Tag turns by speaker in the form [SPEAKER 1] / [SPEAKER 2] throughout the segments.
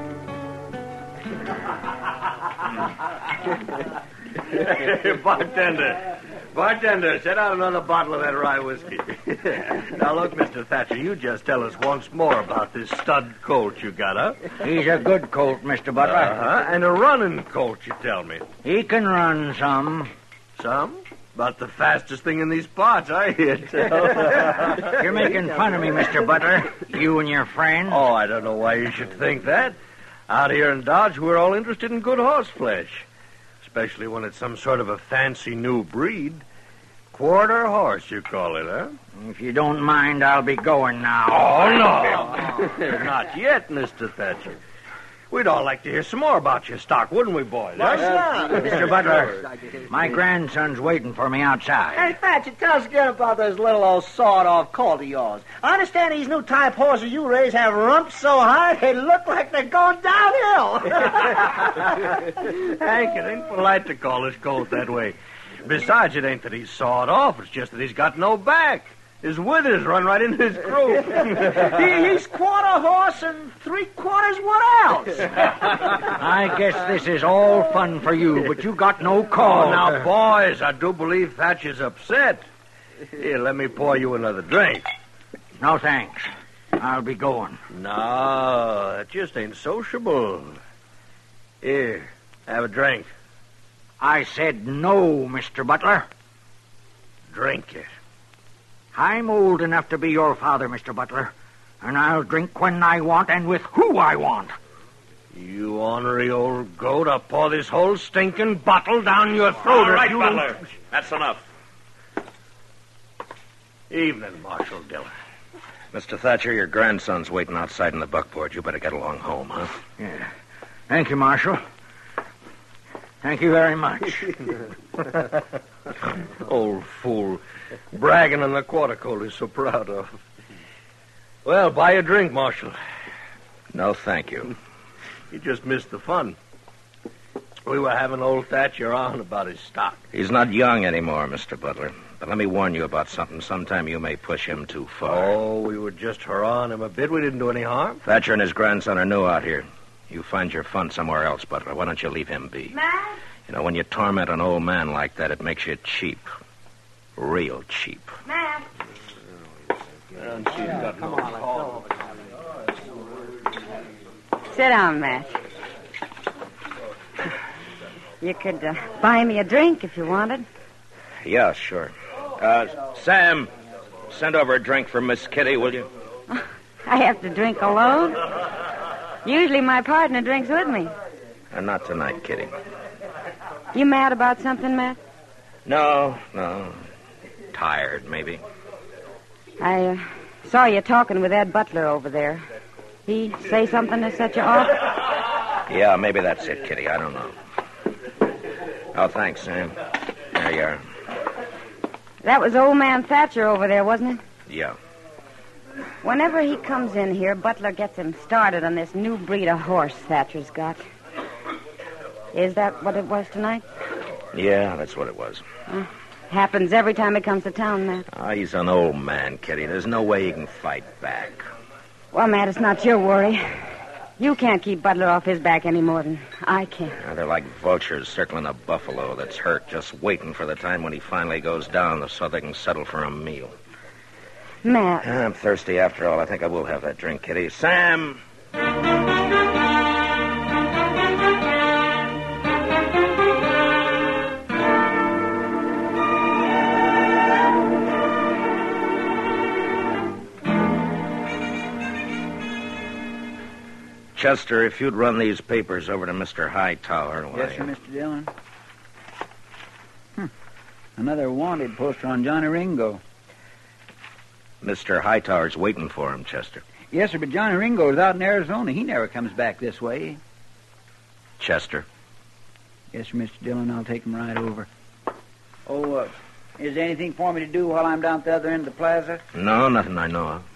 [SPEAKER 1] Bartender. Bartender, set out another bottle of that rye whiskey. now, look, Mr. Thatcher, you just tell us once more about this stud colt you got, huh?
[SPEAKER 2] He's a good colt, Mr. Butler.
[SPEAKER 1] Uh-huh. And a running colt, you tell me.
[SPEAKER 2] He can run some.
[SPEAKER 1] Some? About the fastest thing in these parts, I hear tell.
[SPEAKER 2] You're making fun of me, Mr. Butler. You and your friend.
[SPEAKER 1] oh, I don't know why you should think that. Out here in Dodge, we're all interested in good horse flesh. Especially when it's some sort of a fancy new breed. Quarter horse, you call it, huh?
[SPEAKER 2] If you don't mind, I'll be going now.
[SPEAKER 1] Oh, no. Not yet, Mr. Thatcher. We'd all like to hear some more about your stock, wouldn't we, boys?
[SPEAKER 2] Mr. Butler, my grandson's waiting for me outside.
[SPEAKER 3] Hey, Thatcher, tell us again about this little old sawed-off colt of yours. I understand these new type horses you raise have rumps so high they look like they're going downhill.
[SPEAKER 1] Hank, it ain't polite to call his colt that way. Besides, it ain't that he's sawed off. It's just that he's got no back. His withers run right into his croup.
[SPEAKER 3] He- he's quarter horse and three quarters what else?
[SPEAKER 2] I guess this is all fun for you, but you got no
[SPEAKER 1] oh,
[SPEAKER 2] call.
[SPEAKER 1] now, boys, I do believe Thatcher's upset. Here, let me pour you another drink.
[SPEAKER 2] No thanks. I'll be going.
[SPEAKER 1] No, that just ain't sociable. Here, have a drink.
[SPEAKER 2] I said no, Mr. Butler.
[SPEAKER 1] Drink it.
[SPEAKER 2] I'm old enough to be your father, Mr. Butler, and I'll drink when I want and with who I want.
[SPEAKER 1] You ornery old goat, I'll pour this whole stinking bottle down your throat. All right, Butler.
[SPEAKER 4] That's enough.
[SPEAKER 1] Evening, Marshal Diller.
[SPEAKER 4] Mr. Thatcher, your grandson's waiting outside in the buckboard. You better get along home, huh?
[SPEAKER 2] Yeah. Thank you, Marshal. Thank you very much.
[SPEAKER 1] Old fool. Bragging on the quarter coat he's so proud of. Well, buy a drink, Marshal.
[SPEAKER 4] No, thank you.
[SPEAKER 1] You just missed the fun. We were having old Thatcher on about his stock.
[SPEAKER 4] He's not young anymore, Mr. Butler. But let me warn you about something. Sometime you may push him too far.
[SPEAKER 1] Oh, we were just hurrahing him a bit. We didn't do any harm.
[SPEAKER 4] Thatcher and his grandson are new out here. You find your fun somewhere else, Butler. Why don't you leave him be?
[SPEAKER 5] Matt?
[SPEAKER 4] You know, when you torment an old man like that, it makes you cheap. Real cheap.
[SPEAKER 5] Matt? Sit down, Matt. You could uh, buy me a drink if you wanted.
[SPEAKER 4] Yeah, sure. Uh, Sam, send over a drink for Miss Kitty, will you?
[SPEAKER 5] I have to drink alone. Usually my partner drinks with me.
[SPEAKER 4] Uh, not tonight, Kitty.
[SPEAKER 5] You mad about something, Matt?
[SPEAKER 4] No, no. Tired, maybe.
[SPEAKER 5] I uh, saw you talking with Ed Butler over there. He say something to set you off?
[SPEAKER 4] Yeah, maybe that's it, Kitty. I don't know. Oh, thanks, Sam. There you are.
[SPEAKER 5] That was old man Thatcher over there, wasn't it?
[SPEAKER 4] Yeah.
[SPEAKER 5] Whenever he comes in here, Butler gets him started on this new breed of horse Thatcher's got. Is that what it was tonight?
[SPEAKER 4] Yeah, that's what it was.
[SPEAKER 5] Happens every time he comes to town, Matt.
[SPEAKER 4] Ah, he's an old man, Kitty. There's no way he can fight back.
[SPEAKER 5] Well, Matt, it's not your worry. You can't keep Butler off his back any more than I can.
[SPEAKER 4] Yeah, Ah, they're like vultures circling a buffalo that's hurt, just waiting for the time when he finally goes down so they can settle for a meal. Ah,
[SPEAKER 5] Matt,
[SPEAKER 4] I'm thirsty after all. I think I will have that drink, Kitty. Sam! Chester, if you'd run these papers over to Mr. Hightower. will
[SPEAKER 6] Yes,
[SPEAKER 4] you?
[SPEAKER 6] sir, Mr. Dillon. Hmm. Another wanted poster on Johnny Ringo.
[SPEAKER 4] Mr. Hightower's waiting for him, Chester.
[SPEAKER 6] Yes, sir, but Johnny Ringo's out in Arizona. He never comes back this way.
[SPEAKER 4] Chester,
[SPEAKER 6] Yes, sir, Mr. Dillon. I'll take him right over. Oh, uh, is there anything for me to do while I'm down at the other end of the plaza?
[SPEAKER 4] no, nothing I know of.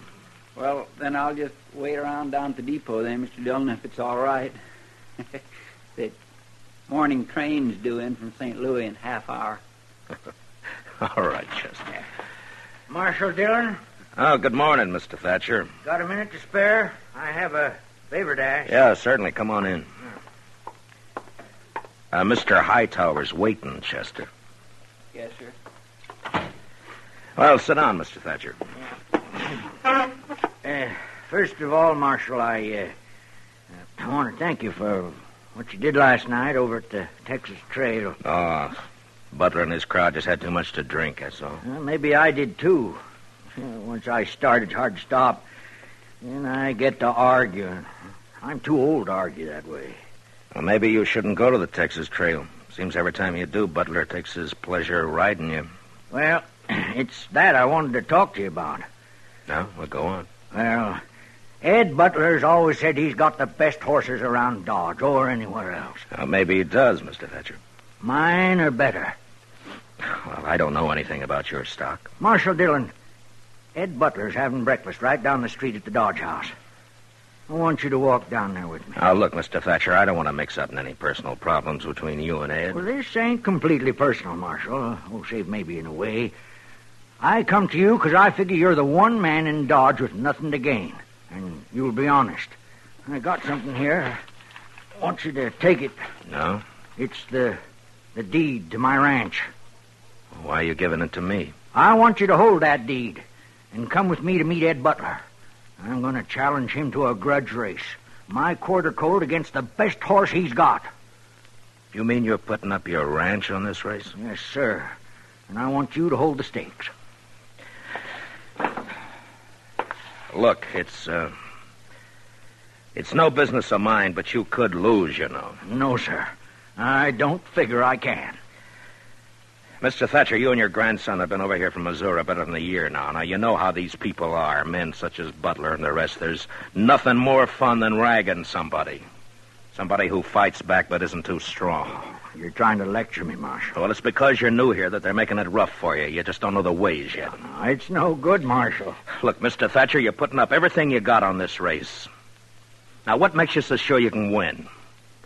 [SPEAKER 6] Well, then I'll just wait around down at the depot then, Mr. Dillon, if it's all right. that morning train's due in from St. Louis in half hour.
[SPEAKER 4] All right, Chester.
[SPEAKER 2] Marshal Dillon,
[SPEAKER 4] Oh, good morning, Mr. Thatcher.
[SPEAKER 2] got a minute to spare? I have a favor to ask.
[SPEAKER 4] Yeah, certainly. Come on in. Uh, Mr. Hightower's waiting, Chester.
[SPEAKER 6] Yes, sir.
[SPEAKER 4] Well, sit down, Mr. Thatcher.
[SPEAKER 2] Uh, first of all, Marshal, I, uh, I want to thank you for what you did last night over at the Texas Trail.
[SPEAKER 4] Oh, Butler and his crowd just had too much to drink, that's all.
[SPEAKER 2] Well, Uh, maybe I did too. Uh, Once I start, it's hard to stop. Then I get to arguing. I'm too old to argue that way.
[SPEAKER 4] Well, maybe you shouldn't go to the Texas Trail. Seems every time you do, Butler takes his pleasure riding you.
[SPEAKER 2] Well, it's that I wanted to talk to you about.
[SPEAKER 4] No, well, go on.
[SPEAKER 2] Well, Ed Butler's always said he's got the best horses around Dodge or anywhere else.
[SPEAKER 4] Uh, maybe he does, Mr. Thatcher.
[SPEAKER 2] Mine are better.
[SPEAKER 4] Well, I don't know anything about your stock.
[SPEAKER 2] Marshal Dillon, Ed Butler's having breakfast right down the street at the Dodge House. I want you to walk down there with me.
[SPEAKER 4] Now, look, Mr. Thatcher, I don't want to mix up in any personal problems between you and Ed.
[SPEAKER 2] Well, this ain't completely personal, Marshal. Oh, save maybe in a way. I come to you because I figure you're the one man in Dodge with nothing to gain.
[SPEAKER 4] Hmm.
[SPEAKER 2] And you'll be honest. I got something here. I want you to take it.
[SPEAKER 4] No?
[SPEAKER 2] It's the the deed to my ranch.
[SPEAKER 4] Why are you giving it to me?
[SPEAKER 2] I want you to hold that deed and come with me to meet Ed Butler. I'm going to challenge him to a grudge race. My quarter colt against the best horse he's got.
[SPEAKER 4] You mean you're putting up your ranch on this race?
[SPEAKER 2] Yes, sir. And I want you to hold the stakes.
[SPEAKER 4] Look, it's, uh. It's no business of mine, but you could lose, you know.
[SPEAKER 2] No, sir. I don't figure I can.
[SPEAKER 4] Mr. Thatcher, you and your grandson have been over here from Missouri better than a year now. Now, you know how these people are, men such as Butler and the rest. There's nothing more fun than ragging somebody. Somebody who fights back but isn't too strong.
[SPEAKER 2] You're trying to lecture me, Marshal.
[SPEAKER 4] Well, it's because you're new here that they're making it rough for you. You just don't know the ways yet.
[SPEAKER 2] It's no good, Marshal.
[SPEAKER 4] Look, Mr. Thatcher, you're putting up everything you got on this race. Now, what makes you so sure you can win?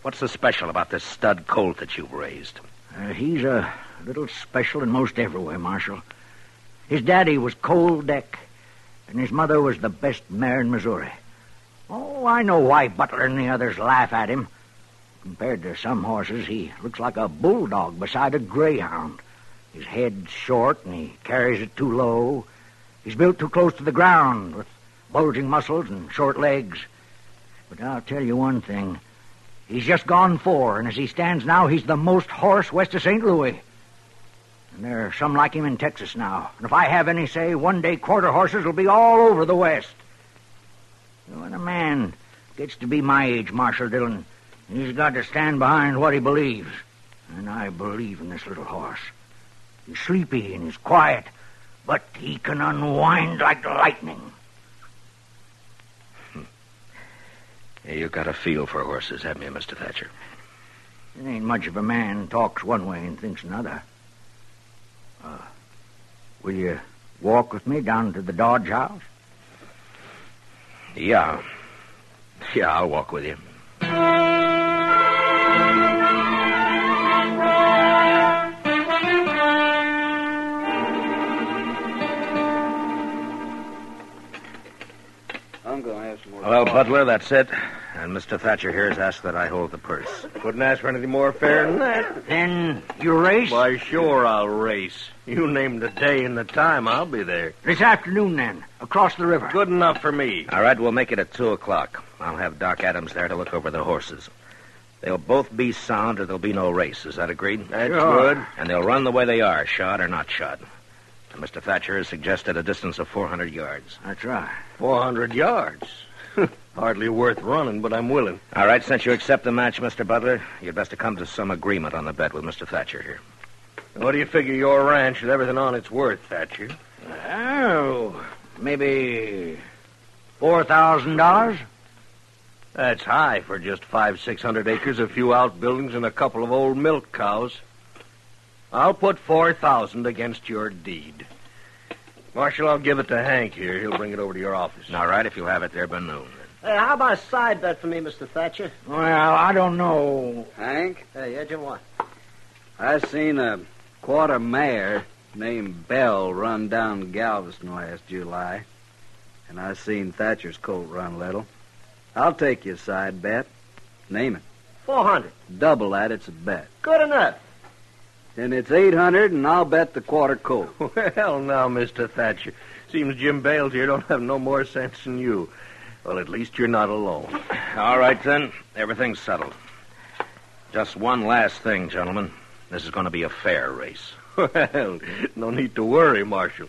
[SPEAKER 4] What's so special about this stud colt that you've raised?
[SPEAKER 2] Uh, he's a little special in most every way, Marshal. His daddy was Cole Deck, and his mother was the best mare in Missouri. Oh, I know why Butler and the others laugh at him. Compared to some horses, he looks like a bulldog beside a greyhound. His head's short, and he carries it too low. He's built too close to the ground, with bulging muscles and short legs. But I'll tell you one thing. He's just gone four, and as he stands now, he's the most horse west of St. Louis. And there are some like him in Texas now. And if I have any say, one day quarter horses will be all over the West. When a man gets to be my age, Marshal Dillon, he's got to stand behind what he believes. And I believe in this little horse. He's sleepy and he's quiet, but he can unwind like lightning.
[SPEAKER 4] Yeah, You've got a feel for horses, haven't you, Mr. Thatcher?
[SPEAKER 2] It ain't much of a man talks one way and thinks another. Uh, will you walk with me down to the Dodge house?
[SPEAKER 4] Yeah. Yeah, I'll walk with you.
[SPEAKER 6] I'm going to have some more.
[SPEAKER 4] Well, Butler, that's it. And and Mr. Thatcher here has asked that I hold the purse.
[SPEAKER 1] Couldn't ask for anything more fair than that.
[SPEAKER 2] Then you race?
[SPEAKER 1] Why, sure, I'll race. You name the day and the time, I'll be there.
[SPEAKER 2] This afternoon, then, across the river.
[SPEAKER 1] Good enough for me.
[SPEAKER 4] All right, we'll make it at 2 o'clock. I'll have Doc Adams there to look over the horses. They'll both be sound or there'll be no race. Is that agreed?
[SPEAKER 1] That's
[SPEAKER 2] Sure.
[SPEAKER 1] good.
[SPEAKER 4] And they'll run the way they are, shod or not shod. And Mr. Thatcher has suggested a distance of 400 yards.
[SPEAKER 2] That's right.
[SPEAKER 1] 400 yards. Hardly worth running, but I'm willing.
[SPEAKER 4] All right, since you accept the match, Mr. Butler, you'd best come to some agreement on the bet with Mr. Thatcher here.
[SPEAKER 1] What do you figure your ranch and everything on it's worth, Thatcher?
[SPEAKER 2] Oh, maybe $4,000?
[SPEAKER 1] That's high for just five, six hundred acres, a few outbuildings, and a couple of old milk cows. I'll put four thousand against your deed. Marshal, I'll give it to Hank here. He'll bring it over to your office.
[SPEAKER 4] All right, if you'll have it there by noon.
[SPEAKER 3] Hey, how about a side bet for me, Mr. Thatcher?
[SPEAKER 2] Well, I don't know.
[SPEAKER 7] Hank,
[SPEAKER 3] Hey, yeah, Jim, what?
[SPEAKER 7] I seen a quarter mare named Bell run down Galveston last July, and I seen Thatcher's colt run little. I'll take your side bet. Name it.
[SPEAKER 3] 400.
[SPEAKER 7] Double that, it's a bet.
[SPEAKER 3] Good enough.
[SPEAKER 7] And it's 800, and I'll bet the quarter colt.
[SPEAKER 1] Well, now, Mr. Thatcher, seems Jim Bales here don't have no more sense than you. Well, at least you're not alone.
[SPEAKER 4] All right, then. Everything's settled. Just one last thing, gentlemen. This is going to be a fair race.
[SPEAKER 1] Well, no need to worry, Marshal.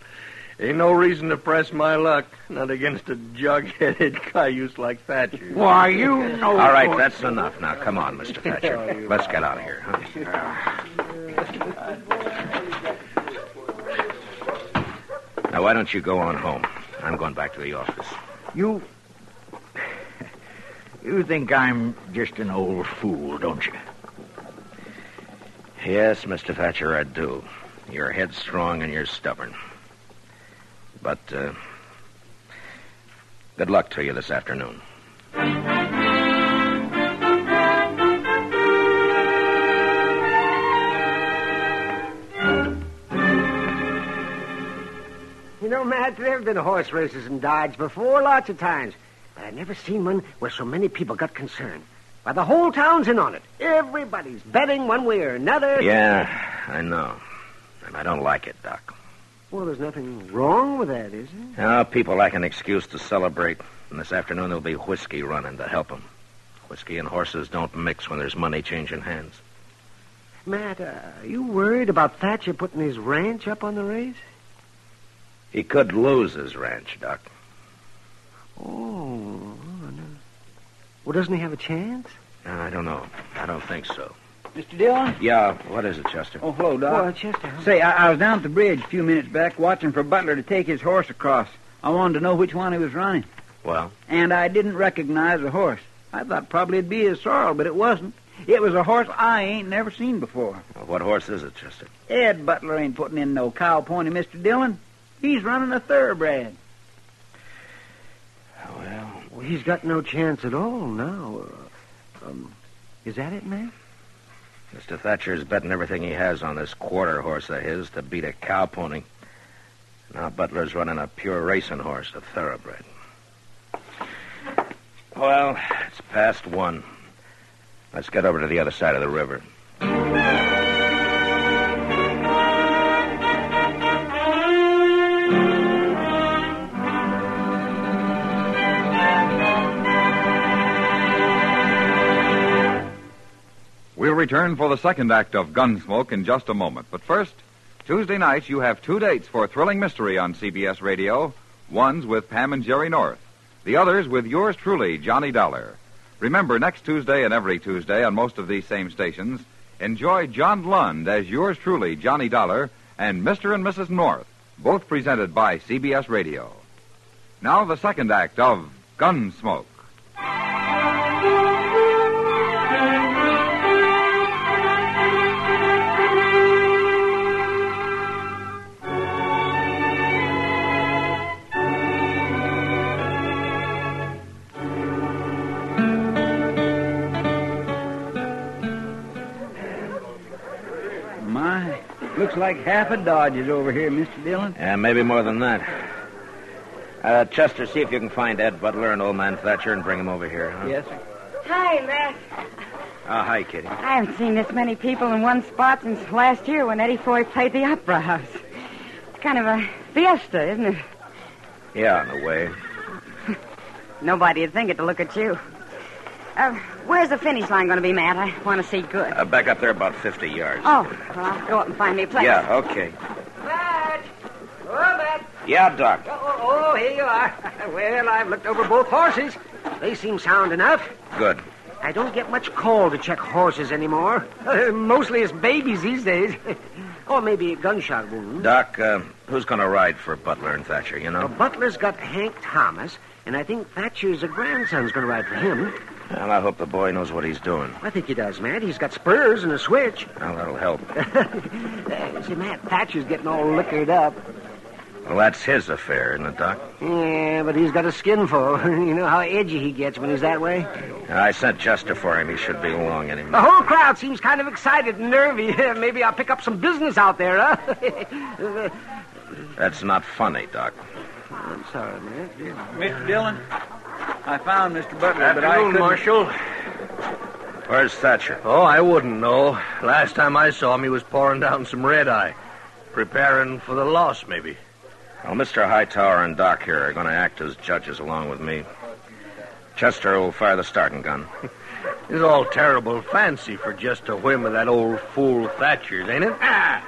[SPEAKER 1] Ain't no reason to press my luck, not against a jug-headed cayuse like Thatcher.
[SPEAKER 2] Why, you know.
[SPEAKER 4] All right, that's enough. Now, come on, Mr. Thatcher. Let's get out of here. Huh? Now, why don't you go on home? I'm going back to the office.
[SPEAKER 2] You. You think I'm just an old fool, don't you?
[SPEAKER 4] Yes, Mr. Thatcher, I do. You're headstrong and you're stubborn. But, uh, good luck to you this afternoon.
[SPEAKER 3] You know, Matt, there have been horse races in Dodge before, lots of times. But I never seen one where so many people got concerned. Why, the whole town's in on it. Everybody's betting one way or another.
[SPEAKER 4] Yeah, I know. And I don't like it, Doc.
[SPEAKER 3] Well, there's nothing wrong with that, is there?
[SPEAKER 4] Now, people like an excuse to celebrate, and this afternoon there'll be whiskey running to help 'em. Whiskey and horses don't mix when there's money changing hands.
[SPEAKER 3] Matt, uh, are you worried about Thatcher putting his ranch up on the race?
[SPEAKER 4] He could lose his ranch, Doc.
[SPEAKER 3] Oh, I know. Well, doesn't he have a chance?
[SPEAKER 4] No, Uh, I don't know. I don't think so.
[SPEAKER 6] Mr. Dillon?
[SPEAKER 4] Yeah, what is it, Chester?
[SPEAKER 6] Oh, hello, Doc.
[SPEAKER 3] Well, Chester, how-
[SPEAKER 6] Say, I, I was down at the bridge a few minutes back watching for Butler to take his horse across. I wanted to know which one he was running.
[SPEAKER 4] Well?
[SPEAKER 6] And I didn't recognize the horse. I thought probably it'd be his sorrel, but it wasn't. It was a horse I ain't never seen before.
[SPEAKER 4] What horse is it, Chester?
[SPEAKER 6] Ed Butler ain't putting in no cow pony, Mr. Dillon. He's running a thoroughbred.
[SPEAKER 4] Well,
[SPEAKER 3] well, he's got no chance at all now. Uh, um, is that it, Matt?
[SPEAKER 4] Mr. Thatcher's betting everything he has on this quarter horse of his to beat a cow pony. Now Butler's running a pure racing horse, a thoroughbred. Well, it's past one. Let's get over to the other side of the river.
[SPEAKER 8] We'll return for the second act of Gunsmoke in just a moment. But first, Tuesday nights you have two dates for Thrilling Mystery on CBS Radio. One's with Pam and Jerry North. The other's with yours truly, Johnny Dollar. Remember, next Tuesday and every Tuesday on most of these same stations, enjoy John Lund as yours truly, Johnny Dollar, and Mr. and Mrs. North, both presented by CBS Radio. Now the second act of Gunsmoke.
[SPEAKER 6] My, looks like half a Dodge is over here, Mr. Dillon.
[SPEAKER 4] Yeah, maybe more than that. Uh, Chester, see if you can find Ed Butler and old man Thatcher and bring 'em over here. Huh?
[SPEAKER 6] Yes, sir.
[SPEAKER 5] Hi, Mac.
[SPEAKER 4] Oh, hi, Kitty.
[SPEAKER 5] I haven't seen this many people in one spot since last year when Eddie Foy played the Opera House. It's kind of a fiesta, isn't it?
[SPEAKER 4] Yeah, in a way.
[SPEAKER 5] Nobody would think it to look at you. Uh, where's the finish line going to be, Matt? I want to see good.
[SPEAKER 4] Uh, back up there about 50 yards.
[SPEAKER 5] Oh, well, I'll go up and find me a place.
[SPEAKER 4] Yeah, uh- okay.
[SPEAKER 3] Matt! Oh, Matt!
[SPEAKER 4] Yeah, Doc.
[SPEAKER 3] Oh, oh, oh, here you are. Well, I've looked over both horses. They seem sound enough.
[SPEAKER 4] Good.
[SPEAKER 3] I don't get much call to check horses anymore. Uh, mostly as babies these days. or maybe a gunshot wound.
[SPEAKER 4] Doc, uh, who's going to ride for Butler and Thatcher, you
[SPEAKER 3] Well,
[SPEAKER 4] know?
[SPEAKER 3] Uh, Butler's got Hank Thomas, and I think Thatcher's a grandson's going to ride for him.
[SPEAKER 4] Well, I hope the boy knows what he's doing. Oh.
[SPEAKER 3] I think he does, Matt. He's got spurs and a switch.
[SPEAKER 4] Well, that'll help.
[SPEAKER 3] Uh, see, Matt, Thatcher's getting all liquored up.
[SPEAKER 4] Well, that's his affair, isn't it, Doc?
[SPEAKER 3] Yeah, but he's got a skinful. you know how edgy he gets when he's that way.
[SPEAKER 4] I sent Chester for him. He should be along any
[SPEAKER 3] The
[SPEAKER 4] minute.
[SPEAKER 3] whole crowd seems kind of excited and nervy. Maybe I'll pick up some business out there, huh?
[SPEAKER 4] That's not funny, Doc.
[SPEAKER 3] I'm sorry, Matt.
[SPEAKER 6] Mr. Dillon, I found Mr. Butler, but I
[SPEAKER 1] Afternoon,
[SPEAKER 6] couldn't...
[SPEAKER 1] Marshal.
[SPEAKER 4] Where's Thatcher?
[SPEAKER 1] Oh, I wouldn't know. Last time I saw him, he was pouring down some red eye. Preparing for the loss, maybe.
[SPEAKER 4] Well, Mr. Hightower and Doc here are going to act as judges along with me. Chester will fire the starting gun.
[SPEAKER 1] It's all terrible fancy for just a whim of that old fool Thatcher's, ain't it?
[SPEAKER 2] Ah,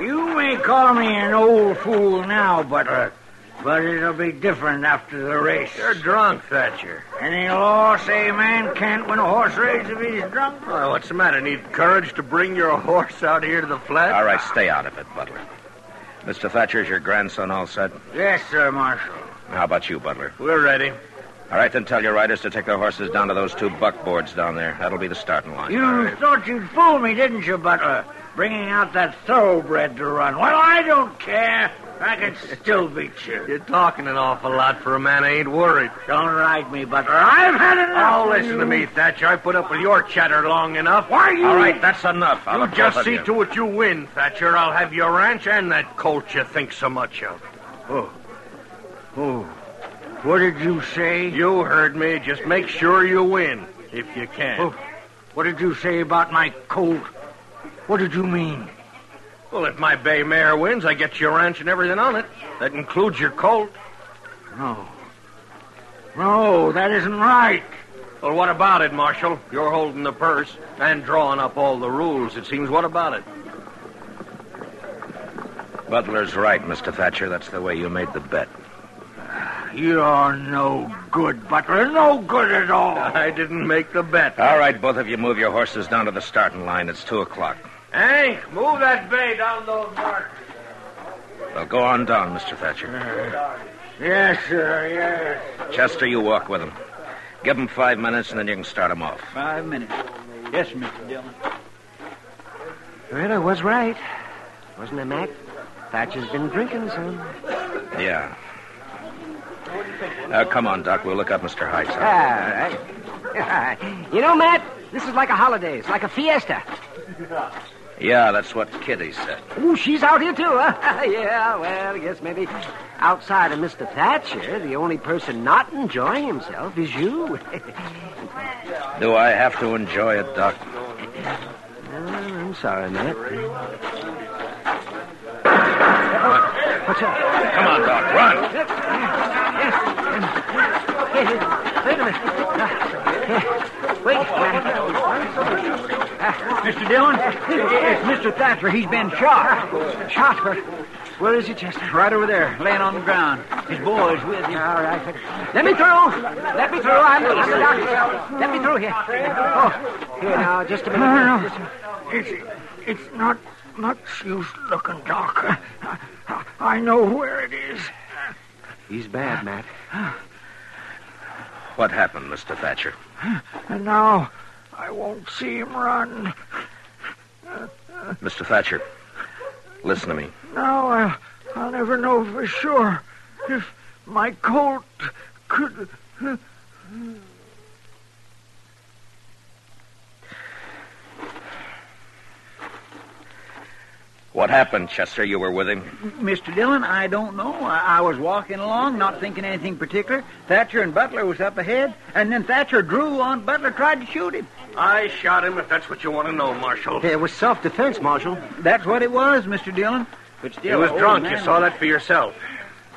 [SPEAKER 2] You may call me an old fool now, Butler, but it'll be different after the race.
[SPEAKER 1] You're drunk, Thatcher.
[SPEAKER 2] Any law say a eh, man can't win a horse race if he's drunk?
[SPEAKER 1] Why, what's the matter? Need courage to bring your horse out here to the flat?
[SPEAKER 4] All right, stay out of it, Butler. Mr. Thatcher's your grandson all set?
[SPEAKER 2] Yes, sir, Marshal.
[SPEAKER 4] How about you, Butler?
[SPEAKER 1] We're ready.
[SPEAKER 4] All right, then tell your riders to take their horses down to those two buckboards down there. That'll be the starting line.
[SPEAKER 2] You thought you'd fool me, didn't you, Butler? Bringing out that thoroughbred to run. Well, I don't care. I can still beat you.
[SPEAKER 1] You're talking an awful lot for a man I ain't worried.
[SPEAKER 2] Don't ride me, Butler. I've had enough.
[SPEAKER 1] Oh,
[SPEAKER 2] of
[SPEAKER 1] listen to
[SPEAKER 2] you.
[SPEAKER 1] me, Thatcher. I put up with your chatter long enough. Why
[SPEAKER 4] All right, that's enough. I'll
[SPEAKER 1] You
[SPEAKER 4] have both
[SPEAKER 1] just
[SPEAKER 4] of
[SPEAKER 1] see
[SPEAKER 4] you.
[SPEAKER 1] to it you win, Thatcher. I'll have your ranch and that colt you think so much of.
[SPEAKER 2] Oh, what did you say?
[SPEAKER 1] You heard me. Just make sure you win, if you can.
[SPEAKER 2] Oh. What did you say about my colt? What did you mean?
[SPEAKER 1] Well, if my bay mare wins, I get your ranch and everything on it. That includes your colt.
[SPEAKER 2] No. No, that isn't right.
[SPEAKER 1] Well, what about it, Marshal? You're holding the purse and drawing up all the rules, it seems. What about it?
[SPEAKER 4] Butler's right, Mr. Thatcher. That's the way you made the bet.
[SPEAKER 2] You're no good, Butler. No good at all.
[SPEAKER 1] I didn't make the bet.
[SPEAKER 4] All right, both of you move your horses down to the starting line. It's two o'clock.
[SPEAKER 1] Hank, move that bay down those marks.
[SPEAKER 4] Well, go on down, Mr. Thatcher.
[SPEAKER 2] Yes, sir, yes.
[SPEAKER 4] Chester, you walk with him. Give him five minutes, and then you can start him off.
[SPEAKER 6] Five minutes. Yes, Mr. Dillon.
[SPEAKER 3] Well, I was right. Wasn't it, Mac? Thatcher's been drinking some.
[SPEAKER 4] Yeah. Uh, come on, Doc. We'll look up Mr. Hightower.
[SPEAKER 3] Ah, right. you know, Matt, this is like a holiday. It's like a fiesta.
[SPEAKER 4] Yeah, that's what Kitty said.
[SPEAKER 3] Ooh, she's out here, too, huh? yeah, well, I guess maybe outside of Mr. Thatcher, the only person not enjoying himself is you.
[SPEAKER 4] Do I have to enjoy it, Doc?
[SPEAKER 3] Well, I'm sorry, Matt. What's that?
[SPEAKER 4] Come on, Doc. Run.
[SPEAKER 3] Hey, hey, wait a minute. Uh, Wait, Mr. Dillon? It's Mr. Thatcher. He's been shot. Shot? Where- Where is he, Chester? Right over there.
[SPEAKER 6] Laying on the ground. His boy's with him.
[SPEAKER 3] All right. Let me through. Let me through. I'm, I'm the doctor. Let me through here. Oh, here now, just a minute.
[SPEAKER 2] No, no.
[SPEAKER 3] Just a-
[SPEAKER 2] It's, it's not much use looking, Doc. I, I know where it is.
[SPEAKER 3] He's bad, Matt.
[SPEAKER 4] What happened, Mr. Thatcher?
[SPEAKER 2] And now I won't see him run.
[SPEAKER 4] Mr. Thatcher, listen to me.
[SPEAKER 2] Now I'll, I'll never know for sure if my colt could.
[SPEAKER 4] What happened, Chester? You were with him.
[SPEAKER 6] Mr. Dillon, I don't know. I, I was walking along, not thinking anything particular. Thatcher and Butler was up ahead, and then Thatcher drew on Butler, tried to shoot him.
[SPEAKER 1] I shot him, if that's what you want to know, Marshal.
[SPEAKER 3] It was self defense, Marshal. oh,
[SPEAKER 6] That's what it was, Mr. Dillon. But
[SPEAKER 1] He
[SPEAKER 6] still,
[SPEAKER 1] was
[SPEAKER 6] the old
[SPEAKER 1] drunk.
[SPEAKER 6] man
[SPEAKER 1] You saw that for yourself.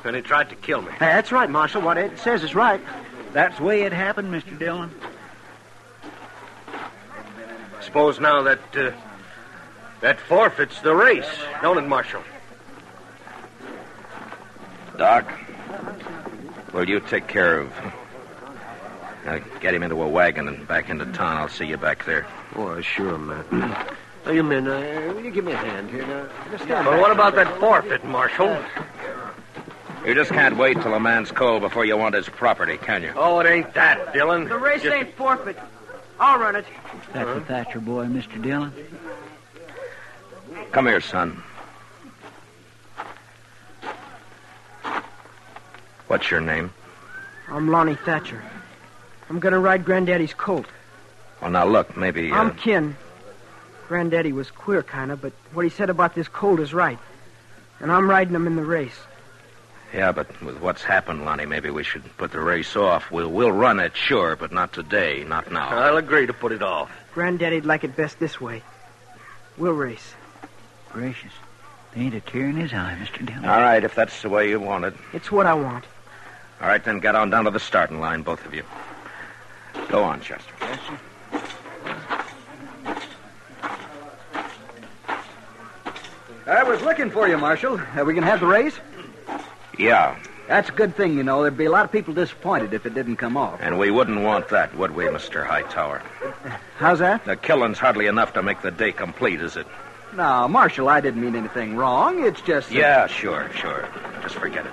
[SPEAKER 1] Then he tried to kill me.
[SPEAKER 3] That's right, Marshal. What Ed says is right.
[SPEAKER 6] That's the way it happened, Mr. Dillon.
[SPEAKER 1] Suppose now that uh, that forfeits the race, don't it, Marshal?
[SPEAKER 4] Doc, will you take care of. Now, get him into a wagon and back into town. I'll see you back there.
[SPEAKER 3] Oh, sure, Matt. Now, you men, uh, will you give me a hand here? Now, just stand
[SPEAKER 1] But
[SPEAKER 3] back.
[SPEAKER 1] what about that forfeit, Marshal?
[SPEAKER 4] You just can't wait till a man's cold before you want his property, can you?
[SPEAKER 1] Oh, it ain't that, Dylan.
[SPEAKER 9] The race
[SPEAKER 1] Just-
[SPEAKER 9] ain't forfeit. I'll run it.
[SPEAKER 6] That's the Thatcher boy, Mr. Dillon.
[SPEAKER 4] Come here, son. What's your name?
[SPEAKER 9] I'm Lonnie Thatcher. I'm gonna ride Granddaddy's colt.
[SPEAKER 4] Well, now look, maybe. Uh,
[SPEAKER 9] I'm kin. Granddaddy was queer, kinda, but what he said about this colt is right. And I'm riding him in the race.
[SPEAKER 4] yeah, but with what's happened, Lonnie, maybe we should put the race off. We'll we'll run it, sure, but not today, not now.
[SPEAKER 1] I'll agree to put it off.
[SPEAKER 9] Granddaddy'd like it best this way. We'll race.
[SPEAKER 6] Gracious. There ain't a tear in his eye, Mr. Dillon.
[SPEAKER 4] All right, if that's the way you want it.
[SPEAKER 9] It's what I want.
[SPEAKER 4] All right, then get on down to the starting line, both of you. Go on, Chester.
[SPEAKER 7] I was looking for you, Marshal. Are we going to have the race?
[SPEAKER 4] Yeah,
[SPEAKER 7] That's a good thing, you know. There'd be a lot of people disappointed if it didn't come off.
[SPEAKER 4] and we wouldn't want that, would we, Mr. Hightower?
[SPEAKER 7] How's that?
[SPEAKER 4] The killing's hardly enough to make the day complete, is it?
[SPEAKER 7] No, Marshal, I didn't mean anything wrong. It's just. that-
[SPEAKER 4] Yeah, sure, sure. Just forget it.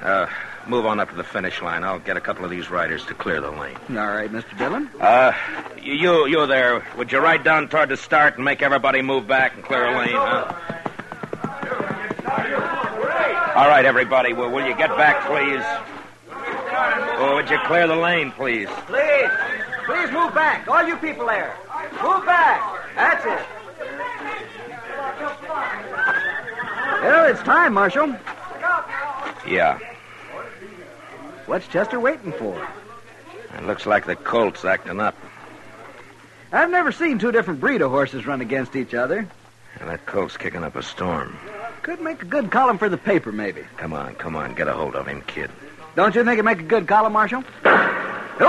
[SPEAKER 4] Uh, move on up to the finish line. I'll get a couple of these riders to clear the lane.
[SPEAKER 7] All right, Mr. Dillon.
[SPEAKER 4] Uh, you, you there. Would you ride down toward the start and make everybody move back and clear a lane, huh? All right, everybody. Well, will you get back, please? Or would you clear the lane, please?
[SPEAKER 7] Please, please move back. All you people there. Move back. That's it. Well, it's time, Marshal.
[SPEAKER 4] Yeah.
[SPEAKER 7] What's Chester waiting for?
[SPEAKER 4] It looks like the colt's acting up.
[SPEAKER 7] I've never seen two different breed of horses run against each other.
[SPEAKER 4] And that colt's kicking up a storm.
[SPEAKER 7] Could make a good column for the paper, maybe.
[SPEAKER 4] Come on, come on. Get a hold of him, kid.
[SPEAKER 7] Don't you think it'd make a good column, Marshal?
[SPEAKER 9] There they go,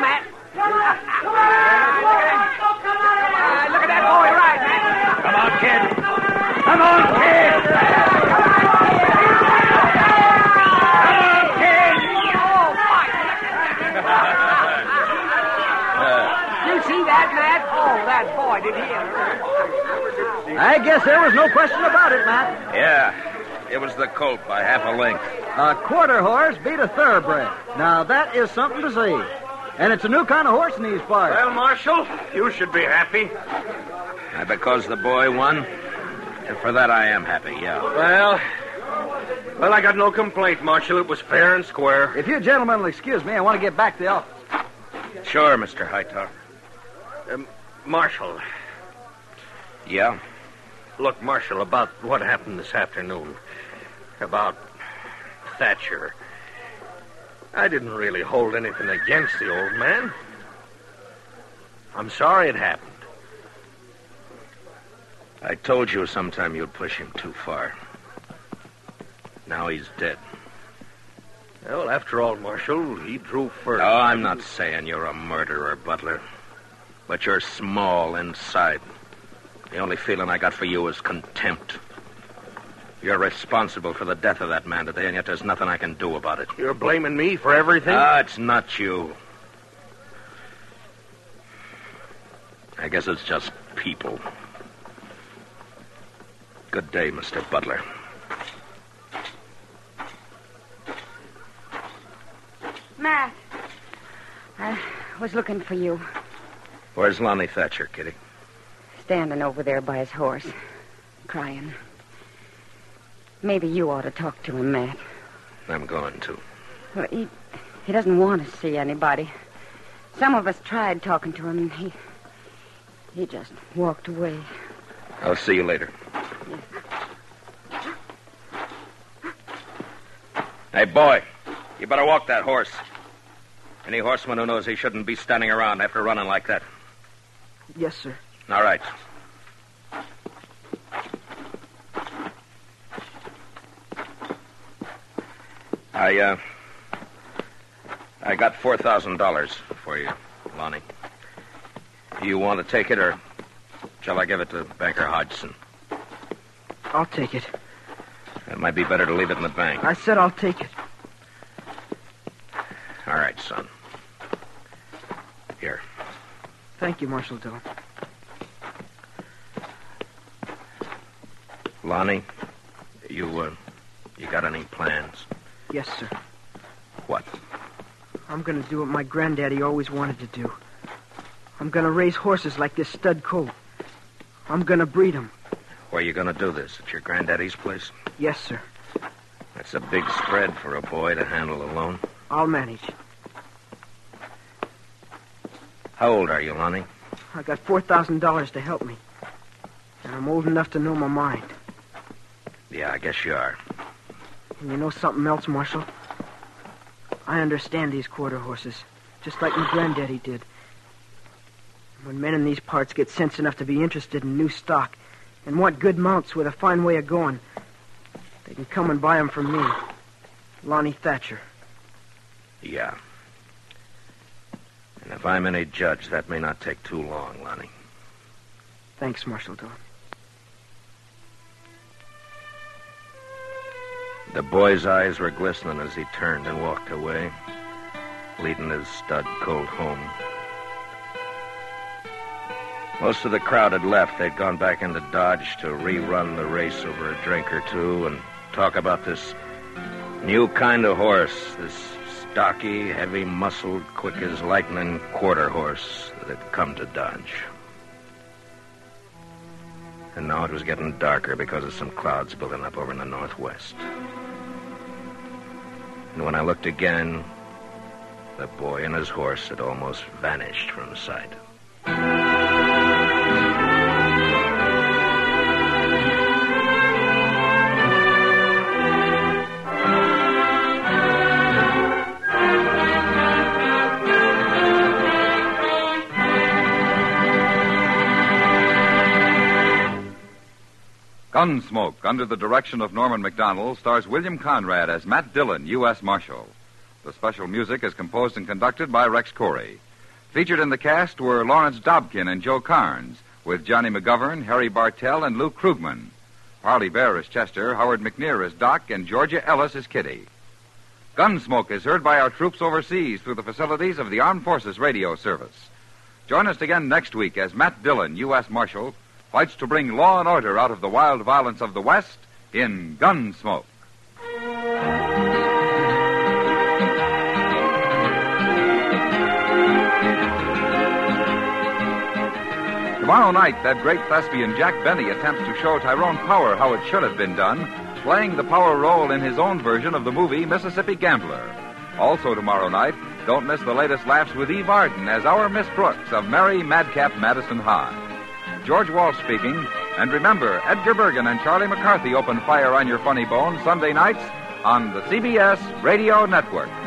[SPEAKER 9] Matt. Look at that boy ride, Matt.
[SPEAKER 4] Come on, kid. Uh,
[SPEAKER 9] You see that, Matt? Oh, that boy did he ever.
[SPEAKER 7] I guess there was no question about it, Matt.
[SPEAKER 4] Yeah. It was the colt by half a length.
[SPEAKER 7] A quarter horse beat a thoroughbred. Now that is something to see. And it's a new kind of horse in these parts.
[SPEAKER 1] Well, Marshal, you should be happy.
[SPEAKER 4] And because the boy won? And for that I am happy, yeah.
[SPEAKER 1] Well, well, I got no complaint, Marshal. It was fair and square.
[SPEAKER 7] If you gentlemen will excuse me, I want to get back to the office.
[SPEAKER 4] Sure, Mr. Hightower.
[SPEAKER 1] Um, Marshal,
[SPEAKER 4] Yeah?
[SPEAKER 1] look, Marshal, about what happened this afternoon, about Thatcher. I didn't really hold anything against the old man. I'm sorry it happened.
[SPEAKER 4] I told you sometime you'd push him too far. Now he's dead.
[SPEAKER 1] Well, after all, Marshal, he drew
[SPEAKER 4] Oh,
[SPEAKER 1] first.
[SPEAKER 4] I'm not saying you're a murderer, Butler. But you're small inside. The only feeling I got for you is contempt. You're responsible for the death of that man today, and yet there's nothing I can do about it.
[SPEAKER 1] You're blaming me for everything?
[SPEAKER 4] Ah, it's not you. I guess it's just people. Good day, Mr. Butler.
[SPEAKER 5] Matt, I was looking for you.
[SPEAKER 4] Where's Lonnie Thatcher, Kitty?
[SPEAKER 5] Standing over there by his horse, crying. Maybe you ought to talk to him, Matt.
[SPEAKER 4] I'm going to.
[SPEAKER 5] Well, he, he doesn't want to see anybody. Some of us tried talking to him, and he He just walked away.
[SPEAKER 4] I'll see you later. Hey, boy, you better walk that horse. Any horseman who knows he shouldn't be standing around after running like that.
[SPEAKER 9] Yes, sir.
[SPEAKER 4] All right. I, uh. I got $4,000 for you, Lonnie. You want to take it, or shall I give it to Banker Hodgson?
[SPEAKER 9] I'll take it.
[SPEAKER 4] It might be better to leave it in the bank.
[SPEAKER 9] I said I'll take it.
[SPEAKER 4] All right, son. Here.
[SPEAKER 9] Thank you, Marshal Dillon.
[SPEAKER 4] Lonnie, you, uh, you got any plans?
[SPEAKER 9] Yes, sir.
[SPEAKER 4] What?
[SPEAKER 9] I'm going to do what my granddaddy always wanted to do. I'm going to raise horses like this stud colt. I'm going to breed 'em.
[SPEAKER 4] Where are you going to do this? At your granddaddy's place?
[SPEAKER 9] Yes, sir.
[SPEAKER 4] That's a big spread for a boy to handle alone.
[SPEAKER 9] I'll manage.
[SPEAKER 4] How old are you, Lonnie?
[SPEAKER 9] I got $4,000 to help me. And I'm old enough to know my mind.
[SPEAKER 4] Yeah, I guess you are.
[SPEAKER 9] And you know something else, Marshal? I understand these quarter horses, just like my granddaddy did. When men in these parts get sense enough to be interested in new stock and want good mounts with a fine way of going, they can come and buy 'em from me, Lonnie Thatcher.
[SPEAKER 4] Yeah. And if I'm any judge, that may not take too long, Lonnie.
[SPEAKER 9] Thanks, Marshal Dillon.
[SPEAKER 4] The boy's eyes were glistening as he turned and walked away, leading his stud colt home. Most of the crowd had left. They'd gone back into Dodge to rerun the race over a drink or two and talk about this new kind of horse, this stocky, heavy muscled, quick as lightning quarter horse that had come to Dodge. And now it was getting darker because of some clouds building up over in the northwest. And when I looked again, the boy and his horse had almost vanished from sight.
[SPEAKER 8] Gunsmoke, under the direction of Norman McDonald, stars William Conrad as Matt Dillon, U.S. Marshal. The special music is composed and conducted by Rex Corey. Featured in the cast were Lawrence Dobkin and Joe Carnes, with Johnny McGovern, Harry Bartell, and Lou Krugman. Harley Bear is Chester, Howard McNear is Doc, and Georgia Ellis is Kitty. Gunsmoke is heard by our troops overseas through the facilities of the Armed Forces Radio Service. Join us again next week as Matt Dillon, U.S. Marshal, fights to bring law and order out of the wild violence of the West in Gunsmoke. Tomorrow night, that great thespian Jack Benny attempts to show Tyrone Power how it should have been done, playing the power role in his own version of the movie Mississippi Gambler. Also tomorrow night, don't miss the latest laughs with Eve Arden as our Miss Brooks of Merry Madcap Madison High. George Walsh speaking. And remember, Edgar Bergen and Charlie McCarthy open fire on your funny bone Sunday nights on the CBS Radio Network.